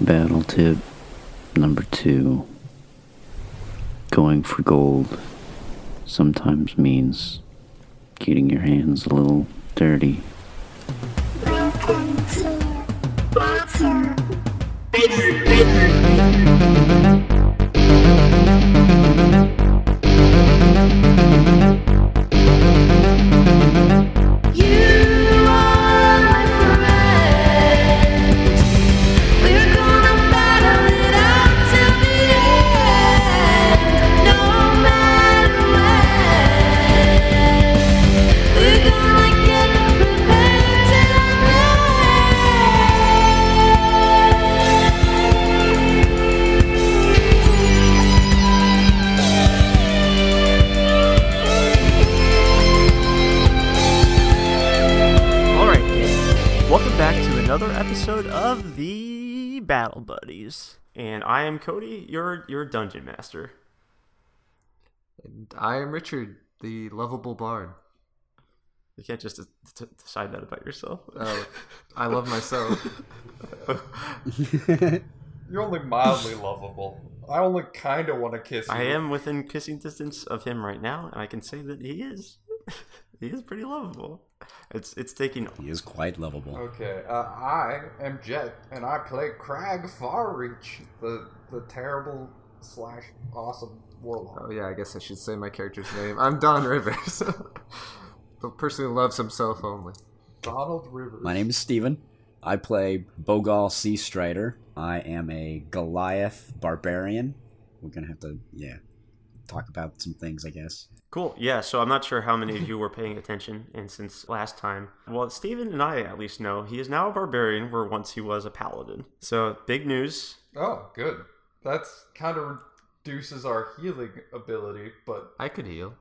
Battle tip number two going for gold sometimes means getting your hands a little dirty. Welcome to Battle. You are my friend. We're gonna battle it out till the end, no matter when. We're gonna get prepared till I'm All right, kids. Welcome back to another episode of the Battle Buddies, and I am Cody, your your dungeon master. And I am Richard, the lovable bard. You can't just d- d- decide that about yourself. Oh, I love myself. You're only mildly lovable. I only kind of want to kiss you. I am within kissing distance of him right now, and I can say that he is he is pretty lovable. It's it's taking He is quite lovable. Okay, uh, I am Jet, and I play Crag Farreach, the the terrible slash awesome warlock. Oh yeah, I guess I should say my character's name. I'm Don Rivers, the person who loves himself only. Donald Rivers. My name is Steven. I play Bogal Sea Strider. I am a Goliath barbarian. We're gonna have to, yeah, talk about some things, I guess. Cool. Yeah, so I'm not sure how many of you were paying attention and since last time. Well, Steven and I at least know he is now a barbarian where once he was a paladin. So, big news. Oh, good. That's kind of reduces our healing ability, but I could heal.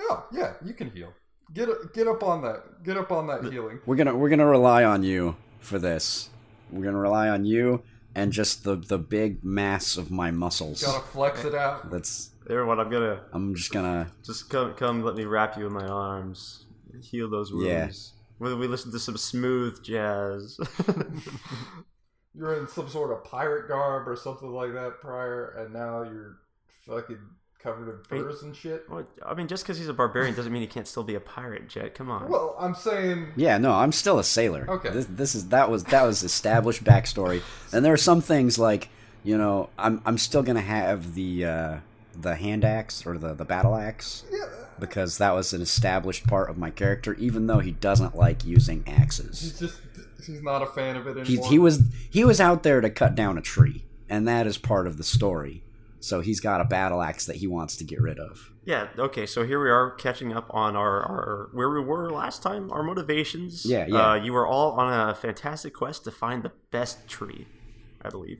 oh yeah, you can heal. Get get up on that. Get up on that healing. We're gonna we're gonna rely on you for this. We're gonna rely on you and just the the big mass of my muscles. Gotta flex it out. That's Everyone, I'm going to I'm just gonna Just come, come, let me wrap you in my arms, heal those Yeah. wounds. Whether we listen to some smooth jazz. You're in some sort of pirate garb or something like that prior, and now you're fucking covered in furs and shit. Well, I mean, just because he's a barbarian doesn't mean he can't still be a pirate, Jet. Come on. Well, I'm saying yeah, no, I'm still a sailor. Okay. This, this is that was that was established backstory, and there are some things like you know I'm I'm still gonna have the uh, the hand axe or the the battle axe. because that was an established part of my character, even though he doesn't like using axes. he's just he's not a fan of it He, anymore. he was he was out there to cut down a tree, and that is part of the story. So he's got a battle axe that he wants to get rid of. yeah, okay, so here we are catching up on our, our where we were last time, our motivations. Yeah, yeah. Uh, you were all on a fantastic quest to find the best tree, I believe.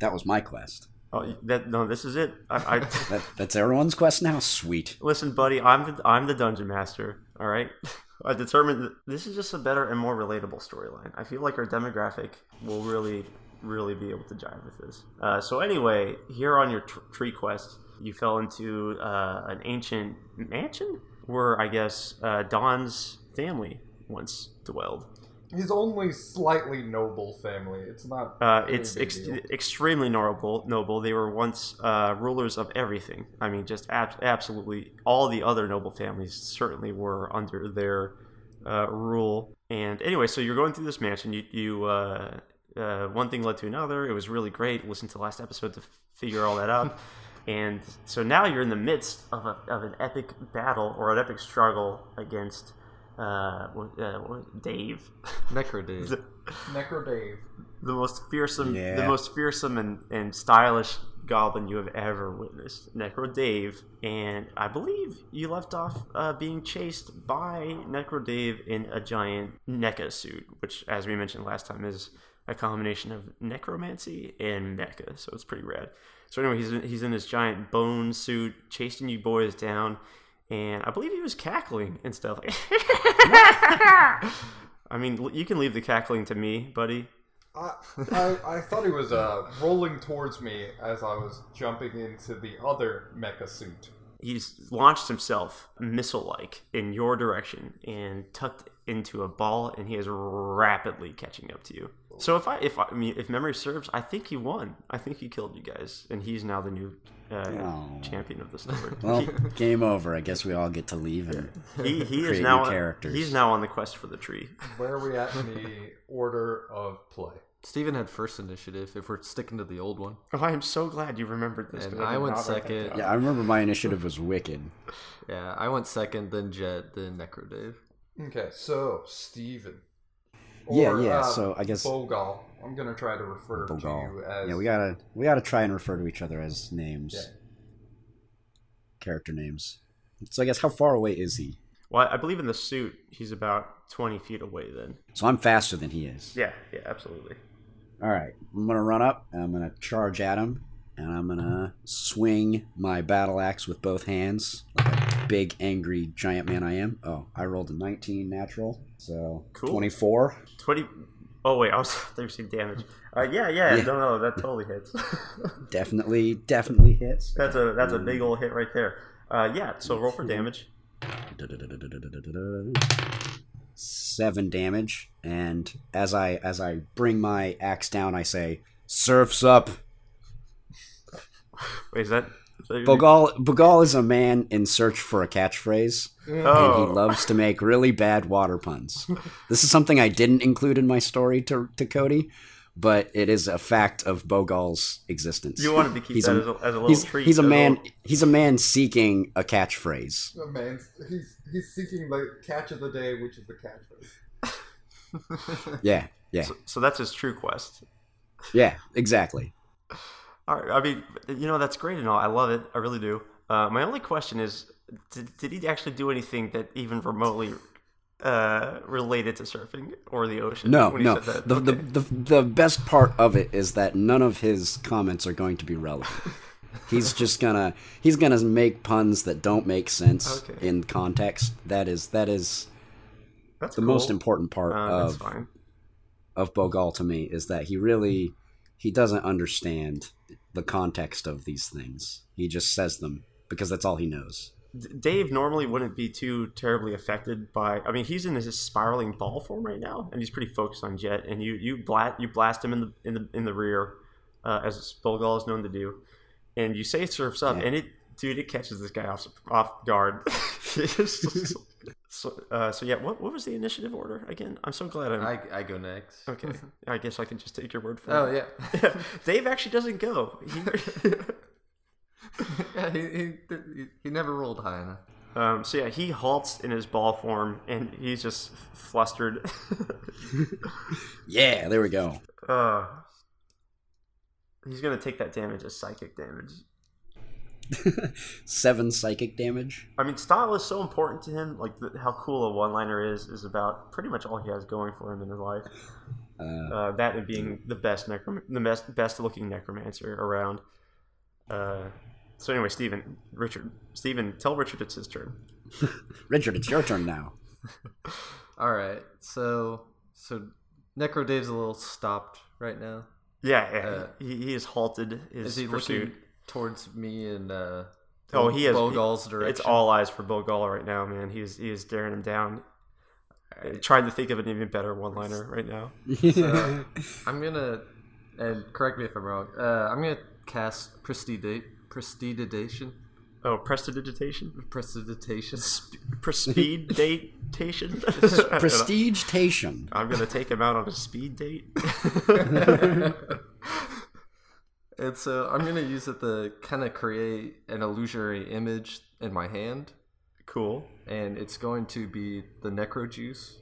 That was my quest. Oh, that no, this is it. I, I That, that's everyone's quest now. Sweet. Listen, buddy, I'm the I'm the dungeon master. All right, I determined that this is just a better and more relatable storyline. I feel like our demographic will really, really be able to jive with this. Uh, so anyway, here on your tr- tree quest, you fell into uh, an ancient mansion where I guess uh, Don's family once dwelled. He's only slightly noble family. It's not. Uh, really a it's big ex- deal. extremely noble. Noble. They were once uh, rulers of everything. I mean, just ab- absolutely all the other noble families certainly were under their uh, rule. And anyway, so you're going through this mansion. You, you uh, uh, one thing led to another. It was really great. Listen to the last episode to f- figure all that out. and so now you're in the midst of, a, of an epic battle or an epic struggle against uh, what- uh, what- Dave. Necrodude. Necro Dave. the most fearsome, the Yeah. most fearsome and, and stylish goblin you have ever witnessed, Necro Dave. And I believe you left off uh, being chased by Necro Dave in a giant NECA suit, which, as we mentioned last time, is a combination of necromancy and mecha. So it's pretty rad. So anyway, he's in, he's in this giant bone suit, chasing you boys down, and I believe he was cackling and stuff. I mean, l- you can leave the cackling to me, buddy. I, I, I thought he was uh, rolling towards me as I was jumping into the other mecha suit. Mm-hmm. he's launched himself missile like in your direction and tucked into a ball, and he is rapidly catching up to you. So if I if I, I mean if memory serves, I think he won. I think he killed you guys, and he's now the new uh, Oh. champion of this number. Well, game over. I guess we all get to leave. And he, he, he create is new now characters. he's now on the quest for the tree. Where are we at in the order of play? Steven had first initiative. If we're sticking to the old one, Oh, I am so glad you remembered this. 'cause and I I did went not write that second. down. yeah, I remember my initiative was wicked. Yeah, I went second, then Jet, then Necro Dave. Okay, so Steven. uh, Yeah, yeah, so I guess- Bogal. I'm gonna try to refer um, to you Bogal. as Yeah, we gotta we gotta try and refer to each other as names, Yeah. character names. So I guess how far away is he? Well, I believe in the suit, he's about twenty feet away. Then. So I'm faster than he is. Yeah. Yeah. Absolutely. All right, I'm gonna run up and I'm gonna charge at him, and I'm gonna swing my battle axe with both hands, like a big angry giant man I am. Oh, I rolled a 19 natural, so Cool. 24. Twenty. Oh wait, I was thirteen damage. Uh, yeah, yeah, Yeah. No, no, that totally hits. Definitely, definitely hits. that's a that's a big old hit right there. Uh, yeah. So roll for damage. seven damage and as i as i bring my axe down i say surfs up Wait, is that? Is that your- bogal bogal is a man in search for a catchphrase and Oh. he loves to make really bad water puns this is something i didn't include in my story to, to cody but it is a fact of bogal's existence you wanted to keep He's that a- as, a, as a little he's, treat. he's a as man little- he's a man seeking a catchphrase Oh, man, he's he's seeking the catch of the day, which is the catchphrase. yeah yeah So, so that's his true quest. yeah exactly All right. I mean, you know, that's great and all. I love it. I really do. Uh, my only question is, did, did he actually do anything that even remotely uh, related to surfing or the ocean? No, when he no. said that? The, the, Okay. the, the best part of it is that none of his comments are going to be relevant. He's just gonna he's gonna make puns that don't make sense Okay. in context. That is that is that's the most cool. important part Uh, that's of fine. of Bogal to me is that he really he doesn't understand the context of these things. He just says them because that's all he knows. D- Dave normally wouldn't be too terribly affected by. I mean, he's in his spiraling ball form right now, and he's pretty focused on Jet. And you you blast you blast him in the in the in the rear, uh, as Bolgal is known to do, and you say "surfs up," Yeah. and it dude it catches this guy off off guard. It's just- so, uh, so yeah, what what was the initiative order again? I'm so glad I'm. I, I go next. okay, I guess I can just take your word for Oh it. yeah. yeah. Dave actually doesn't go. He- yeah he, he, he- he never rolled high enough. Um, so yeah, he halts in his ball form, and he's just flustered. Yeah, there we go. uh, he's gonna take that damage as psychic damage. Seven psychic damage. I mean, style is so important to him. Like the, how cool a one-liner is is about pretty much all he has going for him in his life. Uh, Uh, that and being the best necrom- the best best-looking necromancer around. Uh, so anyway, Stephen, Richard, Stephen, tell Richard it's his turn. Richard, it's your turn now. All right. So so Necro Dave's a little stopped right now. Yeah, yeah. Uh, he, he is halted. His Is he pursuit. looking towards me and uh? Oh, he has- Bogal's direction. It's all eyes for Bill Gall right now, man. He is he is daring him down. Uh, Trying to think of an even better one-liner right now. So, I'm gonna, and correct me if I'm wrong. Uh, I'm gonna cast prestidigate, prestidigitation, Oh, prestidigitation, prestidigitation. speed datation. Prestige Tation. I'm gonna take him out on a speed date. and so I'm gonna use it to kind of create an illusionary image in my hand, cool. and it's going to be the necro juice,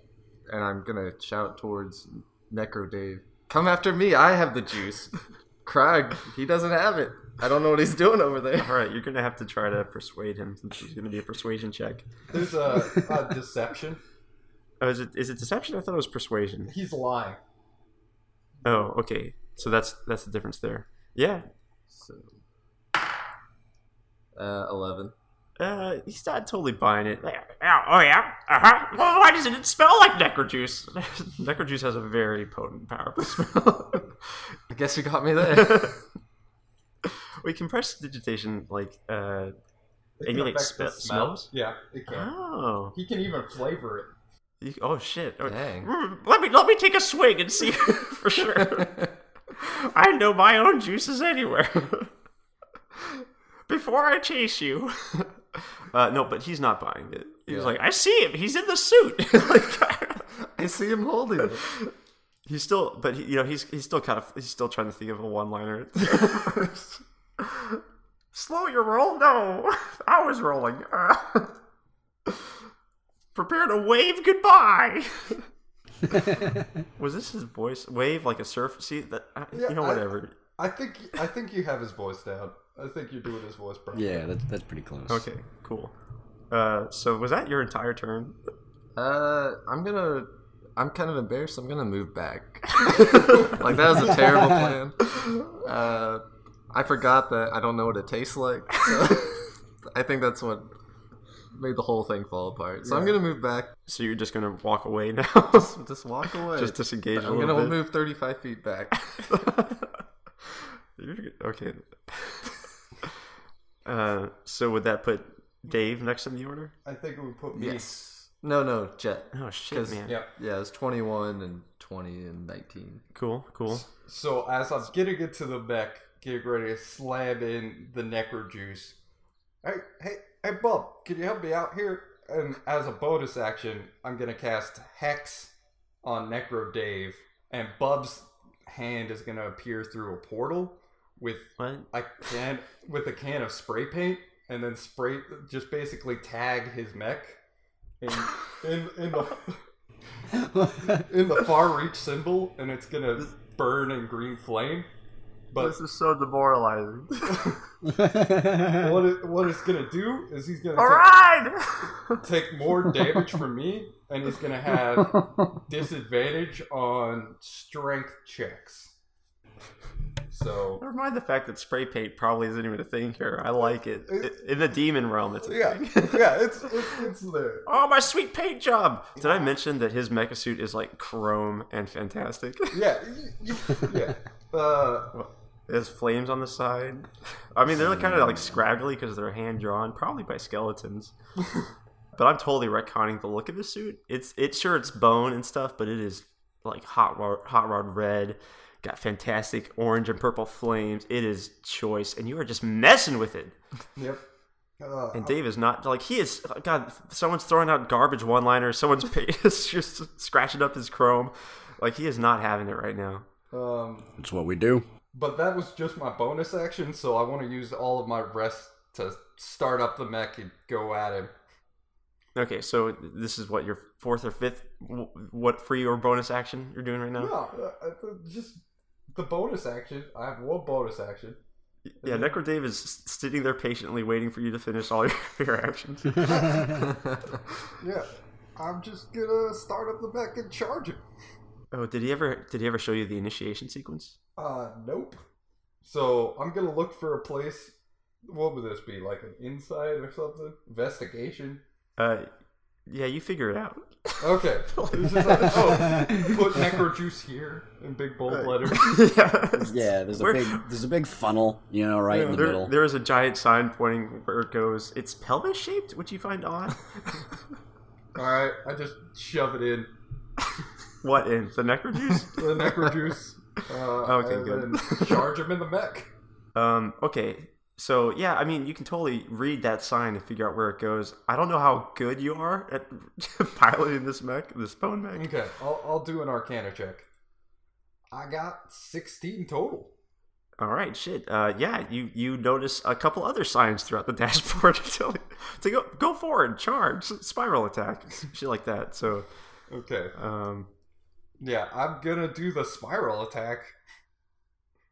and I'm gonna shout towards Necro Dave, "Come after me! I have the juice." Krog, he doesn't have it. I don't know what he's doing over there. All right, you're gonna have to try to persuade him. Since it's gonna be a persuasion check. There's a, a deception. Oh, is it is it deception? I thought it was persuasion. He's lying. Oh, okay. So that's that's the difference there. Yeah. So, uh, eleven. Uh, he's not totally buying it. Like, "Oh, oh yeah, uh huh. Well, why doesn't it smell like necrojuice? necrojuice has a very potent, powerful smell. I guess you got me there. we can press digitation like uh. It can Emulate affect the spe- smells? Yeah, it can. Oh, He can even flavor it. You, oh shit! Oh, Dang. mm, Let me let me take a swig and see for sure. I know my own juices anywhere. Before I chase you. Uh, no, but he's not buying it. He was like, I see him. He's in the suit. like, I see him holding it. he's still, but he, you know, he's he's still kind of he's still trying to think of a one-liner. Slow your roll. No, I was rolling. Uh, prepare to wave goodbye. was this his voice? Wave like a surf? See that? I- Yeah, you know, I- whatever. I think I think you have his voice down. I think you're doing his voice properly. Yeah, that's that's pretty close. Okay, cool. Uh, so was that your entire turn? Uh, I'm gonna. I'm kind of embarrassed. I'm gonna move back. like that was a terrible plan. Uh, I forgot that I don't know what it tastes like. So I think that's what made the whole thing fall apart. So I'm gonna move back. So you're just gonna walk away now? Just walk away. just disengage a I'm little gonna bit. move 35 feet back. You're good. okay. uh, so would that put Dave next in the order? I think we put me. yes. No, no, Jet. Oh shit, 'Cause- man! Yeah. Yeah, it's 21 and 20 and 19. Cool, cool. So as I'm getting into the mech, getting ready to slam in the necro juice. Hey, hey, hey, Bob, can you help me out here? And as a bonus action, I'm gonna cast Hex on Necro Dave, and Bub's hand is gonna appear through a portal with What? a can with a can of spray paint, and then spray just basically tag his mech in in, in the in the far reach symbol, and it's gonna burn in green flame. But is so demoralizing. what it, what it's gonna do is he's gonna All take, right. take more damage from me, and he's gonna have disadvantage on strength checks. So Never mind the fact that spray paint probably isn't even a thing here. I like it. I- In the demon realm, it's a yeah, thing. yeah, it's it's, it's there. Oh, my sweet paint job! Did I mention that his mecha suit is like chrome and fantastic? Yeah, y- y- yeah. Uh, It has flames on the side. I mean, they're kind of like scraggly because they're hand drawn, probably by skeletons. but I'm totally retconning the look of the suit. It's it's sure it's bone and stuff, but it is like hot rod, hot rod red. Got fantastic orange and purple flames. It is choice, and you are just messing with it. yep. Uh, And Dave is not like he is. God, someone's throwing out garbage one-liners. Someone's pa- is just scratching up his chrome. Like he is not having it right now. um, That's what we do. But that was just my bonus action, so I want to use all of my rest to start up the mech and go at him. Okay, so this is what your fourth or fifth w- what free or bonus action you're doing right now? No, uh, uh, just the bonus action. I have one bonus action. Yeah, Necro Dave is s- sitting there patiently waiting for you to finish all your, your actions. Yeah, I'm just gonna start up the mech and charge him. oh, did he ever did he ever show you the initiation sequence? Uh, nope. So I'm gonna look for a place. What would this be? Like an insight or something? Investigation? Uh, yeah, you figure it out. Okay. This is like, oh, put necro juice here in big bold letters. yeah. Yeah, there's a We're- big there's a big funnel, you know, right in the There, middle. there is a giant sign pointing where it goes. It's pelvis shaped, which you find odd. All right, I just shove it in. what in the necro juice? the necro juice. Uh, Okay, and good. then charge him in the mech. Um, okay. So yeah, I mean, you can totally read that sign and figure out where it goes. I don't know how good you are at piloting this mech, this bone mech. Okay, I'll, I'll do an Arcana check. I got 16 total. All right, shit. Uh, yeah, you you notice a couple other signs throughout the dashboard to, to go go forward, charge, spiral attack, shit like that. So Okay. um, Yeah, I'm gonna do the spiral attack.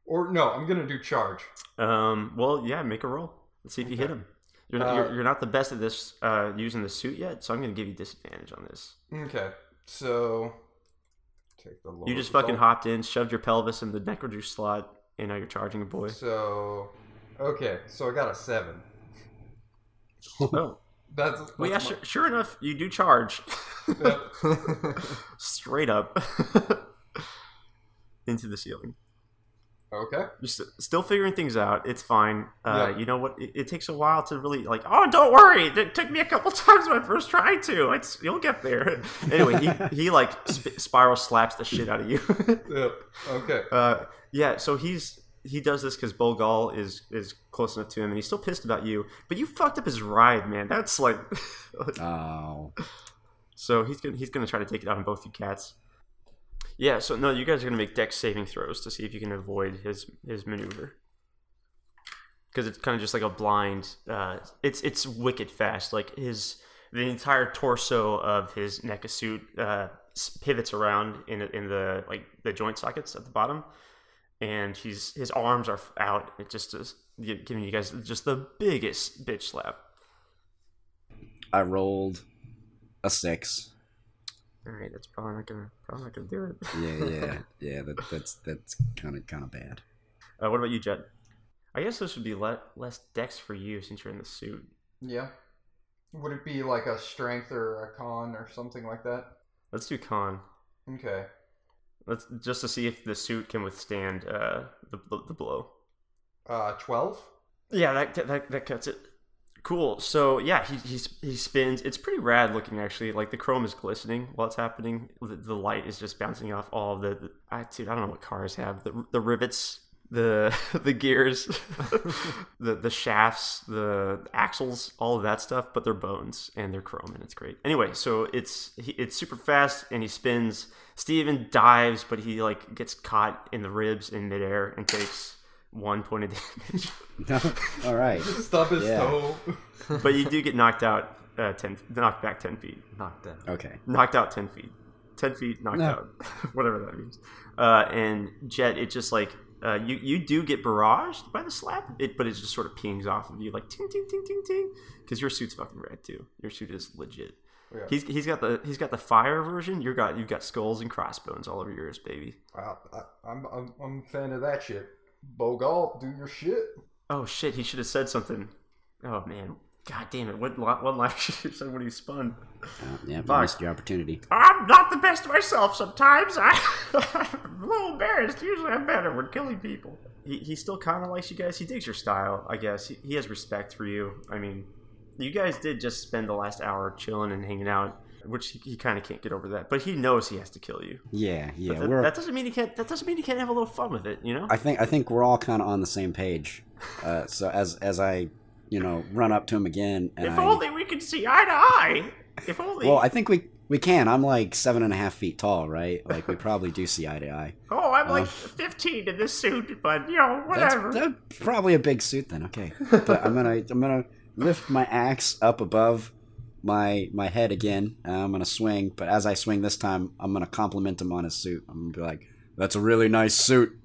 Or no, I'm gonna do charge. um, well, yeah, make a roll. Let's see if you hit him. You're not, Uh, you're, you're not the best at this uh, using the suit yet, so I'm gonna give you disadvantage on this. Okay, so take the lower You just fucking result. hopped in, shoved your pelvis in the necrojuice slot, and now you're charging a boy. So okay, so I got a seven. Oh, That's, that's well, yeah, my- sure, sure enough, you do charge yeah. straight up into the ceiling. Okay. just still figuring things out. It's fine. Uh, Yeah. You know what? It, it takes a while to really like. Oh, don't worry. It took me a couple times when I first tried to. It's you'll get there. anyway, he, he like sp- spiral slaps the shit out of you. Yeah. Okay. uh, yeah. So he's he does this because Bolgal is is close enough to him, and he's still pissed about you. But you fucked up his ride, man. That's like. Oh, so he's gonna he's gonna try to take it out on both you cats. Yeah. So no, you guys are gonna make deck saving throws to see if you can avoid his his maneuver. because it's kind of just like a blind. Uh, it's it's wicked fast. Like his the entire torso of his NECA suit uh, s- pivots around in the- in the like the joint sockets at the bottom, and he's his arms are out. It just is gi- giving you guys just the biggest bitch slap. I rolled a six. All right, that's probably not gonna probably not gonna do it. Yeah, yeah, yeah. That, that's that's kind of kind of bad. Uh, what about you, Jed? I guess this would be le- less dex for you since you're in the suit. Yeah. Would it be like a strength or a con or something like that? Let's do con. Okay. Let's just to see if the suit can withstand uh, the the blow. Uh, twelve. Yeah, that that that cuts it. Cool. So yeah, he he he spins. It's pretty rad looking actually. Like the chrome is glistening while it's happening. The, the light is just bouncing off all the. the I, dude, I don't know what cars have the the rivets, the the gears, the the shafts, the axles, all of that stuff. But they're bones and they're chrome and it's great. Anyway, so it's he, it's super fast and he spins. Steven dives, but he like gets caught in the ribs in midair and takes one point of damage. All right. Stub his Yeah. toe. but you do get knocked out uh, ten, knocked back ten feet, knocked out, Okay. knocked out ten feet, ten feet knocked No. out, whatever that means. Uh, and Jet, it just like uh, you you do get barraged by the slap, it, but it just sort of pings off of you like ting ting ting ting ting because your suit's fucking rad too. Your suit is legit. Yeah. He's, he's got the he's got the fire version. You got you've got skulls and crossbones all over yours, baby. Wow, I, I'm, I'm I'm a fan of that shit. Bogal, do your shit. Oh shit! He should have said something. Oh man! God damn it! What li- what line should have said when he spun? Uh, yeah, I Fuck. missed your opportunity. I'm not the best myself sometimes. I, I'm a little embarrassed. Usually I'm better when killing people. He, he still kind of likes you guys. He digs your style, I guess. He, he has respect for you. I mean, you guys did just spend the last hour chilling and hanging out, which he, he kind of can't get over that. But he knows he has to kill you. Yeah, yeah. that, we're. that doesn't mean he can't. That doesn't mean he can't have a little fun with it. You know. I think I think we're all kind of on the same page. Uh, so as as I, you know, run up to him again, and if I, only we could see eye to eye. If only. well, I think we we can. I'm like seven and a half feet tall, right? Like we probably do see eye to eye. oh, I'm like Uh. 15 in this suit, but you know, That's, whatever. that's probably a big suit then. Okay, but I'm gonna I'm gonna lift my axe up above my my head again. and I'm gonna swing, but as I swing this time, I'm gonna compliment him on his suit. I'm gonna be like, "That's a really nice suit."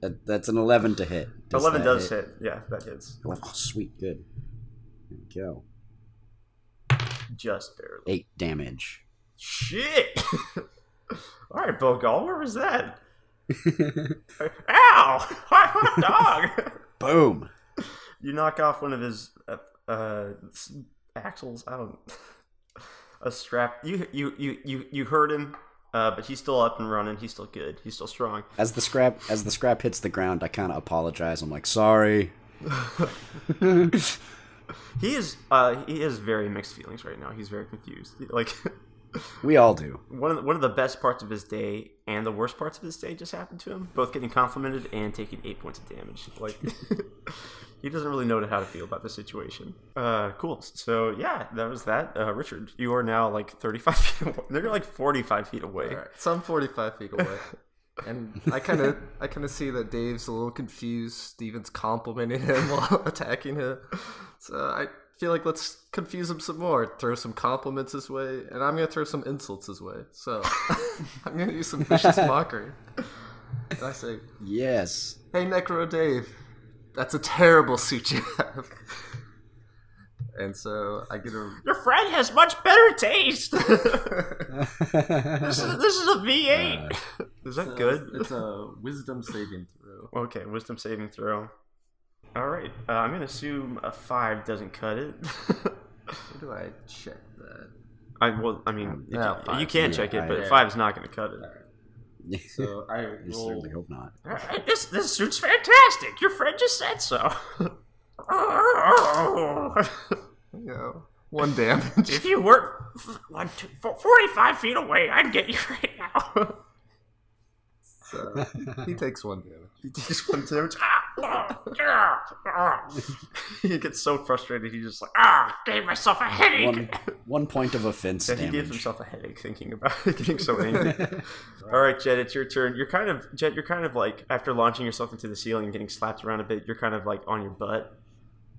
that, that's an eleven to hit. Does 11 that does hit. Yeah, that hits. Oh, sweet, good. There we go. Just barely. Eight damage. Shit! All right, Bogal, where was that? Ow! Hot dog! Boom. you knock off one of his uh, uh, s- axles. I don't. A strap. You you you you you hurt him, uh, but he's still up and running. He's still good. He's still strong. As the scrap as the scrap hits the ground, I kind of apologize. I'm like, sorry. He is uh, he has very mixed feelings right now. He's very confused. Like We all do. one of the, one of the best parts of his day and the worst parts of his day just happened to him. Both getting complimented and taking eight points of damage. Like he doesn't really know how to feel about the situation. Uh, cool. So yeah, that was that. Uh, Richard, you are now like thirty-five feet. Away. They're like forty-five feet away. Alright. So I'm 45 feet away. And I kind of, I kind of see that Dave's a little confused. Steven's complimenting him while attacking him, so I feel like let's confuse him some more. Throw some compliments his way, and I'm gonna throw some insults his way. So I'm gonna use some vicious mockery. And I say, Yes. "Hey, Necro Dave, that's a terrible suit you have." And so I get a Your friend has much better taste. this is this is a V eight. is that good? uh, It's a wisdom saving throw. Okay, wisdom saving throw. All right, uh, I'm gonna assume a five doesn't cut it. Where do I check that? I well, I mean, if yeah, you, five. you can check it, I- but five is not gonna cut it. So I You roll. certainly hope not. All right, this this suit's fantastic. Your friend just said so. You know, one damage. if you were f- one, two, four, 45 feet away, I'd get you right now. So he takes one damage. He takes one damage. Ah, oh, yeah, ah. he gets so frustrated. He just like ah, gave myself a headache. One, one point of offense Yeah, he damage. gives himself a headache thinking about getting so angry. All right, Jed, it's your turn. You're kind of Jed. You're kind of like after launching yourself into the ceiling and getting slapped around a bit. You're kind of like on your butt.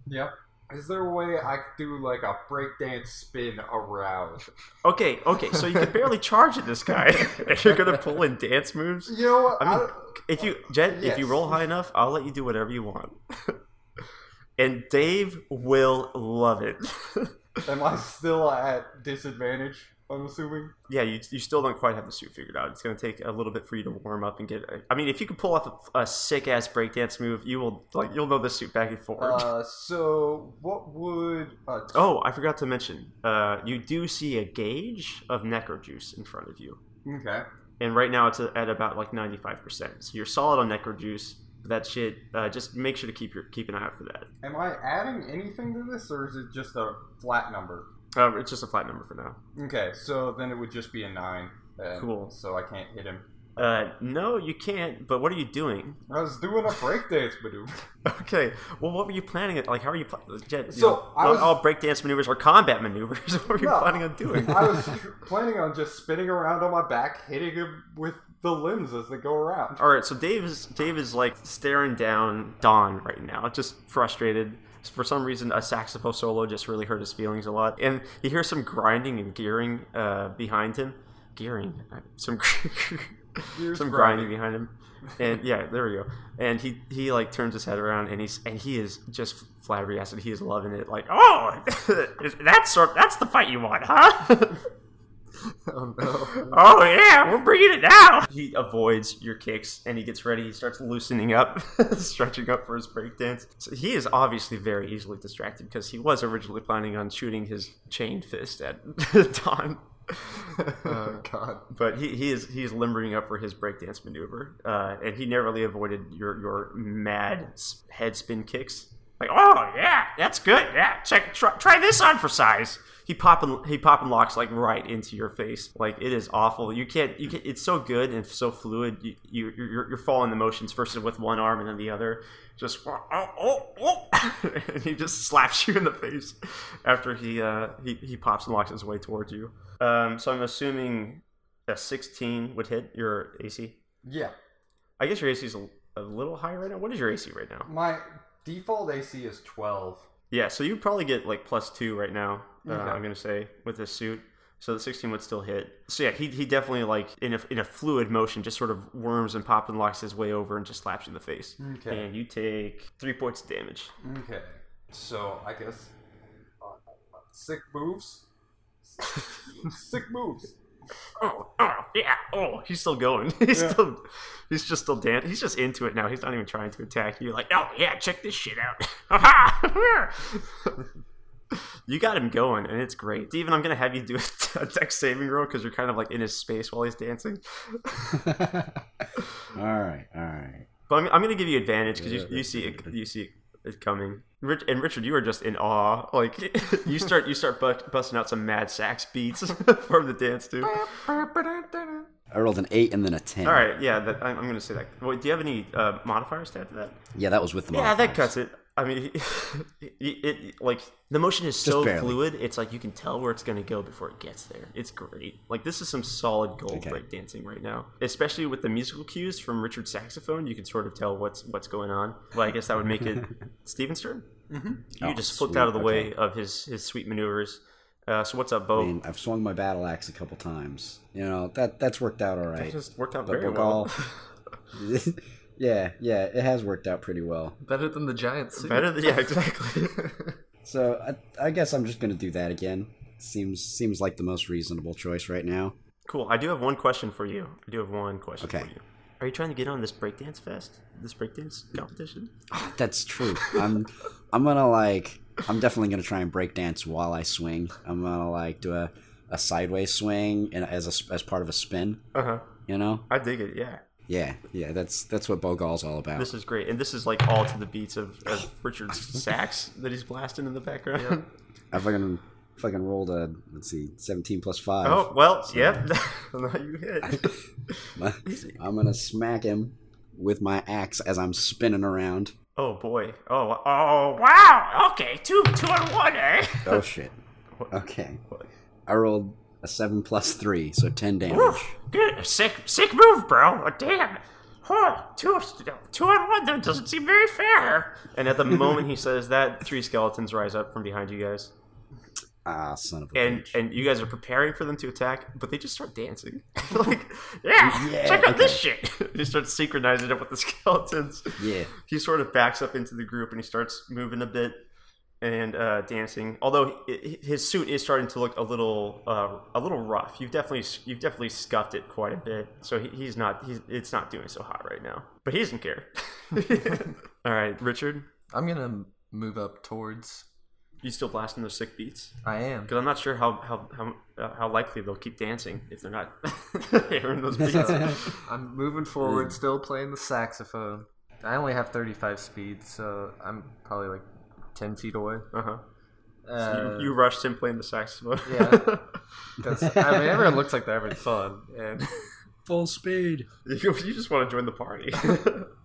Yep. Is there a way I could do like a breakdance spin around? Okay, okay. So you can barely charge at this guy. and you're gonna pull in dance moves. You know what? I mean, I- if you Jed, if you Yes. roll high enough, I'll let you do whatever you want. and Dave will love it. am I still at disadvantage? I'm assuming. yeah, you, you still don't quite have the suit figured out. It's going to take a little bit for you to warm up and get. I mean, if you can pull off a, a sick ass breakdance move, you will like you'll know the suit back and forward. Uh, so what would? Uh, oh, I forgot to mention, uh, you do see a gauge of necro juice in front of you, okay. and right now it's at about like ninety five percent. So you're solid on necro juice. That shit. Uh, just make sure to keep your keep an eye out for that. Am I adding anything to this, or is it just a flat number? Uh, it's just a flat number for now. Okay, so then it would just be a nine. then, Cool. So I can't hit him. Uh, no, you can't. But what are you doing? I was doing a breakdance maneuver. Okay. Well, what were you planning? It like, how are you planning? Jed, So, so know, I not was- all breakdance maneuvers are combat maneuvers. what were you No. planning on doing? I was planning on just spinning around on my back, hitting him with the limbs as they go around. all right. So Dave is Dave is like staring down Don right now, just frustrated. For some reason, a saxophone solo just really hurt his feelings a lot, and he hears some grinding and gearing uh, behind him. Gearing, some Gears some grinding behind him, and yeah, there we go. And he he like turns his head around, and he's and he is just flabbergasted. He is loving it. Like, oh, that's sort that's the fight you want, huh? Oh no. Oh yeah, we're bringing it now. He avoids your kicks and he gets ready. He starts loosening up, stretching up for his breakdance. So he is obviously very easily distracted because he was originally planning on shooting his chained fist at Don, Oh god. but he, he is he's limbering up for his breakdance maneuver, uh, and he narrowly avoided your your mad s- head spin kicks. Like oh yeah, that's good. Yeah, check try, try this on for size. He popping he popping locks like right into your face. Like it is awful. You can't you can It's so good and so fluid. You you you're, you're following the motions versus with one arm and then the other. Just oh oh oh, and he just slaps you in the face after he uh he, he pops and locks his way towards you. Um, so I'm assuming a 16 would hit your AC. Yeah, I guess your AC is a, a little high right now. What is your AC right now? my default AC is 12. Yeah, so you probably get like plus two right now. Uh, Okay. I'm gonna say with this suit. So the 16 would still hit. So yeah, he, he definitely like in a, in a fluid motion just sort of worms and pops and locks his way over and just slaps you in the face. Okay. And you take three points of damage. Okay, so I guess uh, sick moves. sick moves. Oh, oh yeah. Oh, he's still going. He's Yeah. still he's just still dan- He's just into it now. He's not even trying to attack you. Like, oh yeah, check this shit out. you got him going, and it's great. Steven, I'm gonna have you do a deck saving roll because you're kind of like in his space while he's dancing. all right, all right. But I'm, I'm gonna give you advantage because you, Yeah. you see it you see it coming. Rich, and Richard, you are just in awe. Like you start you start bu- busting out some mad sax beats from the dance too. I rolled an eight and then a ten. All right, yeah, that, I'm, I'm gonna say that. Wait, do you have any uh, modifiers to add to that? Yeah, that was with the Yeah, that modifiers. cuts it. I mean, it, it like the motion is so barely. fluid. It's like you can tell where it's gonna go before it gets there. It's great. Like this is some solid gold Okay. break dancing right now, especially with the musical cues from Richard's saxophone. You can sort of tell what's what's going on. Well, I guess that would make it Steven's turn. Mm-hmm. You Oh, just flipped sweet, out of the way okay. of his his sweet maneuvers. Uh, so what's up, Bo? I mean, I've swung my battle axe a couple times. You know that that's worked out all right. that just worked out but very we're well. all- yeah, yeah, it has worked out pretty well. Better than the giant suit. Better than yeah, exactly. So I, I guess I'm just gonna do that again. Seems seems like the most reasonable choice right now. Cool. I do have one question for you. I do have one question Okay. for you. Are you trying to get on this breakdance fest? This breakdance competition? That's true. I'm I'm gonna like I'm definitely gonna try and break dance while I swing. I'm gonna like do a a sideways swing and as a, as part of a spin. Uh huh. You know? I dig it. Yeah. Yeah, yeah. That's that's what Bogal's all about. This is great, and this is like all to the beats of, of Richard's sax that he's blasting in the background. I fucking fucking rolled a let's see, seventeen plus five. Oh well, yep. now you hit. I'm gonna smack him with my axe as I'm spinning around. Oh boy. Oh oh wow. Okay, two two on one, eh? Oh shit. Okay. I rolled a seven plus three, so ten damage. Good, sick sick move, bro. Oh, damn. Huh, two, two on one, that doesn't seem very fair. And at the moment he says that, three skeletons rise up from behind you guys. Ah, son of a and bitch. and you guys are preparing for them to attack, but they just start dancing. like, yeah, check out this shit. he starts synchronizing it with the skeletons. Yeah. He sort of backs up into the group and he starts moving a bit and uh, dancing. Although hi- hi- his suit is starting to look a little uh, a little rough. You've definitely you've definitely scuffed it quite a bit. So he, he's not he's it's not doing so hot right now. But he doesn't care. All right, Richard, I'm gonna move up towards. you still blasting those sick beats? I am. Because I'm not sure how how how, uh, how likely they'll keep dancing if they're not hearing those beats. Uh-huh. I'm moving forward, still playing the saxophone. I only have 35 speed, so I'm probably like 10 feet away. Uh-huh. Uh, you, you rushed him playing the saxophone. yeah. 'Cause, I mean, everyone looks like they're having fun, and Full speed. you, you just want to join the party,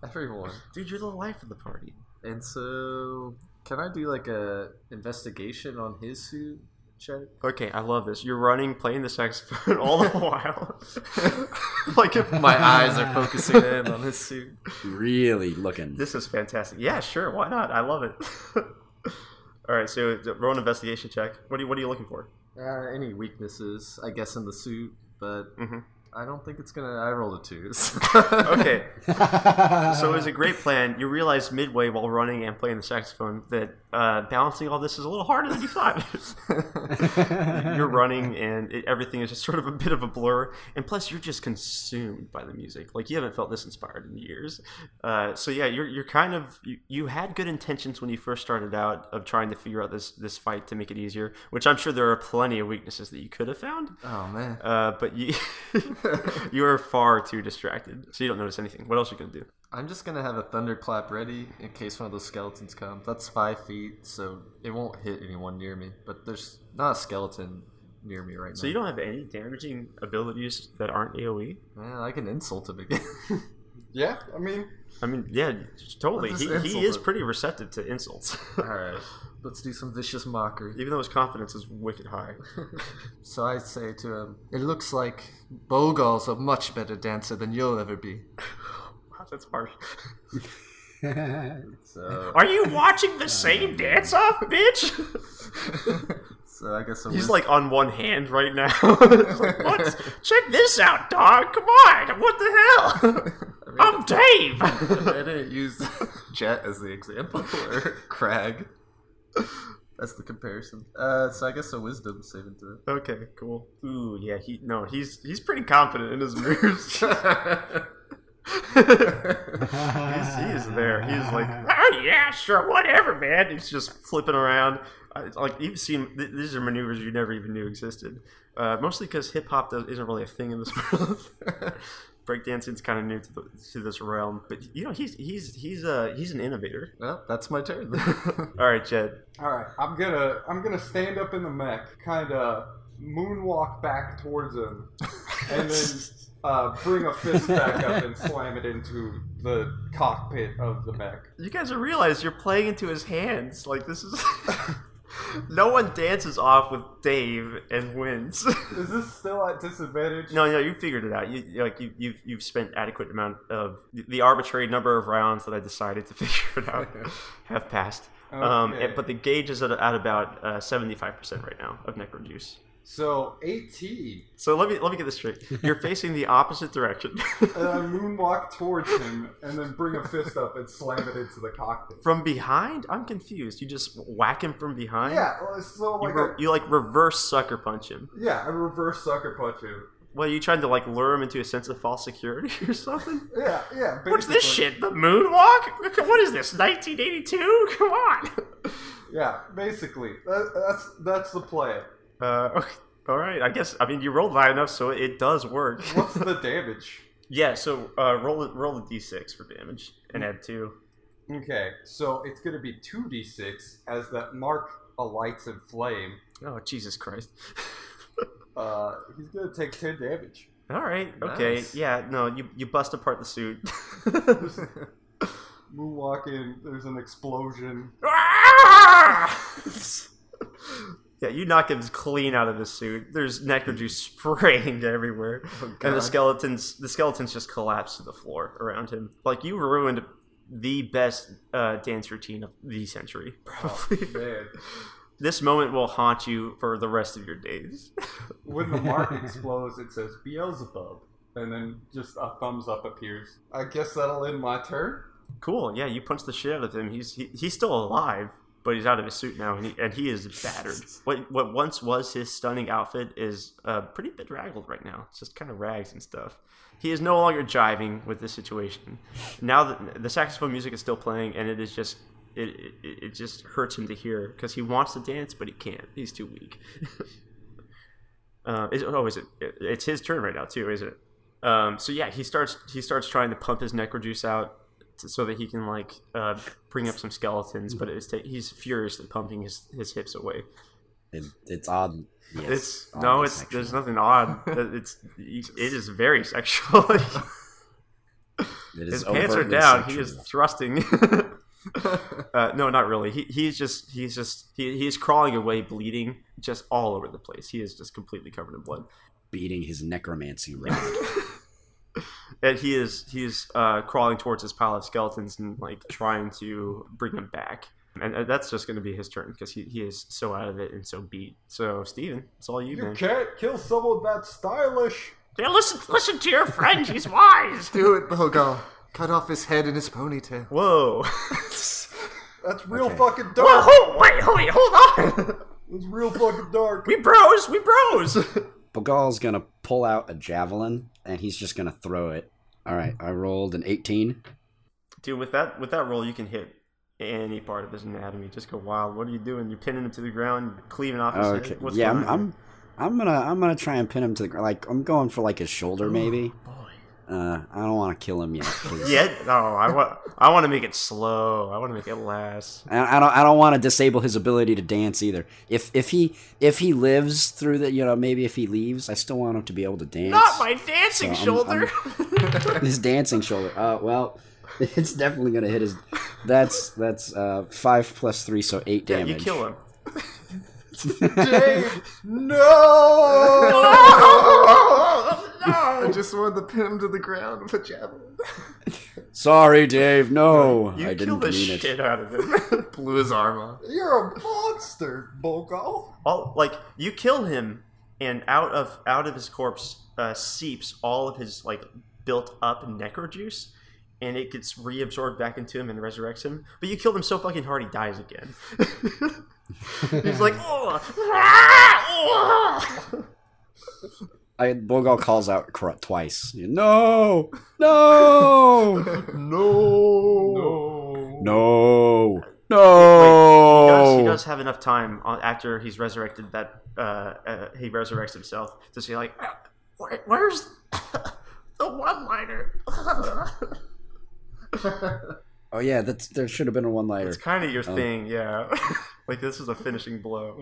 everyone. dude. You're the life of the party. And so, can I do like a investigation on his suit check? Okay, I love this. You're running, playing the saxophone all the while. like if my eyes are focusing in on his suit. Really looking. This is fantastic. Yeah, sure. Why not? I love it. all right, so roll an investigation check. What are you, what are you looking for? Uh, any weaknesses, I guess, in the suit, but Mhm. I don't think it's gonna. I rolled a two. so- Okay, so it was a great plan. You realize midway while running and playing the saxophone that uh, balancing all this is a little harder than you thought. you're running and it, everything is just sort of a bit of a blur. And plus, you're just consumed by the music. Like you haven't felt this inspired in years. Uh, so yeah, you're you're kind of you, you had good intentions when you first started out of trying to figure out this this fight to make it easier. Which I'm sure there are plenty of weaknesses that you could have found. oh man. Uh, but you you are far too distracted, so you don't notice anything. What else are you gonna do? I'm just gonna have a thunderclap ready in case one of those skeletons come. That's five feet, so it won't hit anyone near me. But there's not a skeleton near me right So now. you don't have any damaging abilities that aren't E? AOE. Man, I can insult him again. Yeah, I mean, I mean, yeah, totally. Let's He, just he insult is him. pretty receptive to insults, All right, let's do some vicious mockery. even though his confidence is wicked high. So I say to him, "It looks like Bogal's a much better dancer than you'll ever be." Wow, that's harsh. So, Are you watching the same dance off, bitch? so I guess a He's wis- like on one hand right now. It's like, what? Check this out, dog. Come on. What the hell? I'm Dave. I didn't use Jet as the example or Crag. That's the comparison. Uh, so I guess a wisdom saving throw. okay, cool. Ooh, yeah. He no. He's he's pretty confident in his moves. he's, he's there. He's like, oh yeah, sure, whatever, man. He's just flipping around. Uh, it's Like you've seen, th- these are maneuvers you never even knew existed. Uh, mostly because hip hop does- isn't really a thing in this world. Breakdancing's kind of new to, the, to this realm, but you know he's he's he's uh he's an innovator. Well, that's my turn. All right, Jed. all right. I'm gonna I'm gonna stand up in the mech, kind of moonwalk back towards him, and then uh, bring a fist back up and slam it into the cockpit of the mech. You guys are realize you're playing into his hands. Like this is. No one dances off with Dave and wins. Is this still at disadvantage? No, no, you figured it out. You you- like you you've you've spent adequate amount of the arbitrary number of rounds that I decided to figure it out have passed. Um, Okay. and- but the gauge is at, at about seventy five percent right now of necro juice. So 18. So let me let me get this straight. You're facing the opposite direction And I moonwalk towards him and then bring a fist up and slam it into the cockpit. from behind. I'm confused. You just whack him from behind. Yeah, well, so You, like re- I, you like reverse sucker punch him. yeah, I reverse sucker punch him. Well, you trying to like lure him into a sense of false security or something? Yeah, yeah. Basically. What's this shit? The moonwalk? What is this? 1982? Come on. Yeah, basically. That, that's that's the play. Uh, okay. All right, I guess. I mean, you rolled high enough, so it does work. What's the damage? yeah. So uh, roll it- roll a d6 for damage and add two. Okay, so it's gonna be two d six as that mark alights in flame. Oh Jesus Christ! Uh, he's gonna take ten damage. All right. Okay. Nice. Yeah. No, you you bust apart the suit. Moonwalking, there's an explosion. yeah, you knock him clean out of the suit. There's necro juice spraying everywhere, and the skeletons the skeletons just collapse to the floor around him. Like you ruined the best uh, dance routine of the century, probably. Oh, Man, this moment will haunt you for the rest of your days. when the mark explodes, it says Beelzebub, and then just a thumbs up appears. I guess that'll end my turn. Cool. Yeah, you punch the shit out of him. He's he, he's still alive, but he's out of his suit now, and he and he is battered. what what once was his stunning outfit is uh, pretty bedraggled right now. It's just kind of rags and stuff. He is no longer jiving with this situation. Now that the saxophone music is still playing, and it is just it it, it just hurts him to hear because he wants to dance, but he can't. He's too weak. Uh, is, oh, is it? it- It's his turn right now too, is it? Um, so yeah, he starts he starts trying to pump his necro juice out t- so that he can like uh, bring up some skeletons, but it's ta- he's furiously pumping his, his hips away. It, it's odd. Yes, it's odd no, and it's sexual. there's nothing odd. it's it is very sexual. It is his pants are overtly down. He is sexual. thrusting. uh, no, not really. He, he's just he's just he, he's crawling away, bleeding just all over the place. He is just completely covered in blood. beating his necromancy rod. and he is he is uh, crawling towards his pile of skeletons and like trying to bring them back and uh, that's just going to be his turn because he, he is so out of it and so beat so steven it's all you You man can't kill someone that stylish. yeah, listen listen to your friend he's wise Do it, Bogal. Cut off his head and his ponytail. whoa That's real Okay. fucking Whoa, dark. ho- Oh, wait wait hold on It's real fucking dark. we bros we bros Bogal's gonna pull out a javelin and he's just gonna throw it. All right, I rolled an 18. dude with that with that roll you can hit any part of his anatomy just go wild what are you doing you're pinning him to the ground you're cleaving off his Okay, head What's yeah, going I'm, on I'm, I'm gonna, I'm gonna try and pin him to the ground. Like I'm going for like his Oh, shoulder, maybe. Uh, I don't want to kill him yet. Please. yeah no i want i want to make it slow i want to make it last I I don't. I don't want to disable his ability to dance either. If if he if he lives through the, you know, maybe if he leaves, I still want him to be able to dance. Not my dancing So I'm- shoulder. his dancing shoulder. Uh, well, it's definitely gonna hit his. That's that's uh five plus three, so eight Yeah, damage. you kill him. No! I just wanted to pin him to the ground with a javelin. Sorry, Dave. No, You I kill didn't the mean it. shit out of him. Blew his arm off. You're a monster, Bogal. all, like you kill him, and out of out of his corpse uh, seeps all of his like built up necro juice, and it gets reabsorbed back into him and resurrects him. But you killed him so fucking hard he dies again. He's like, oh, ah, oh." I Bogal calls out cr- twice. No, no, No. no, He does, he no. does have enough time on, after he's resurrected that uh, uh, he resurrects himself to say like, "Ah, where, where's the one liner? Oh yeah, that's there should have been a one liner. it's kind of your Um. thing, yeah. like this is a finishing blow.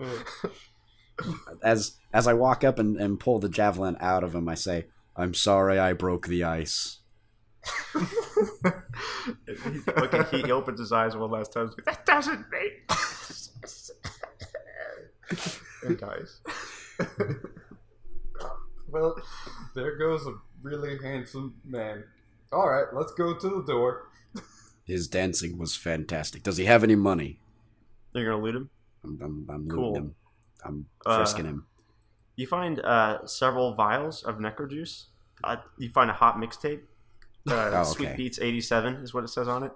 As as I walk up and, and pull the javelin out of him, I say, "I'm sorry, I broke the ice." He, okay, he opens his eyes one last time. he's like, that doesn't make. and dies. Well, there goes a really handsome man. All right, let's go to the door. His dancing was fantastic. Does he have any money? You're gonna loot him. I'm I'm, I'm looting Cool. him. I'm Uh, frisking him. You find uh, several vials of necro juice. Uh, you find a hot mixtape. Uh, Oh, okay. Sweet Beats 87 is what it says on it.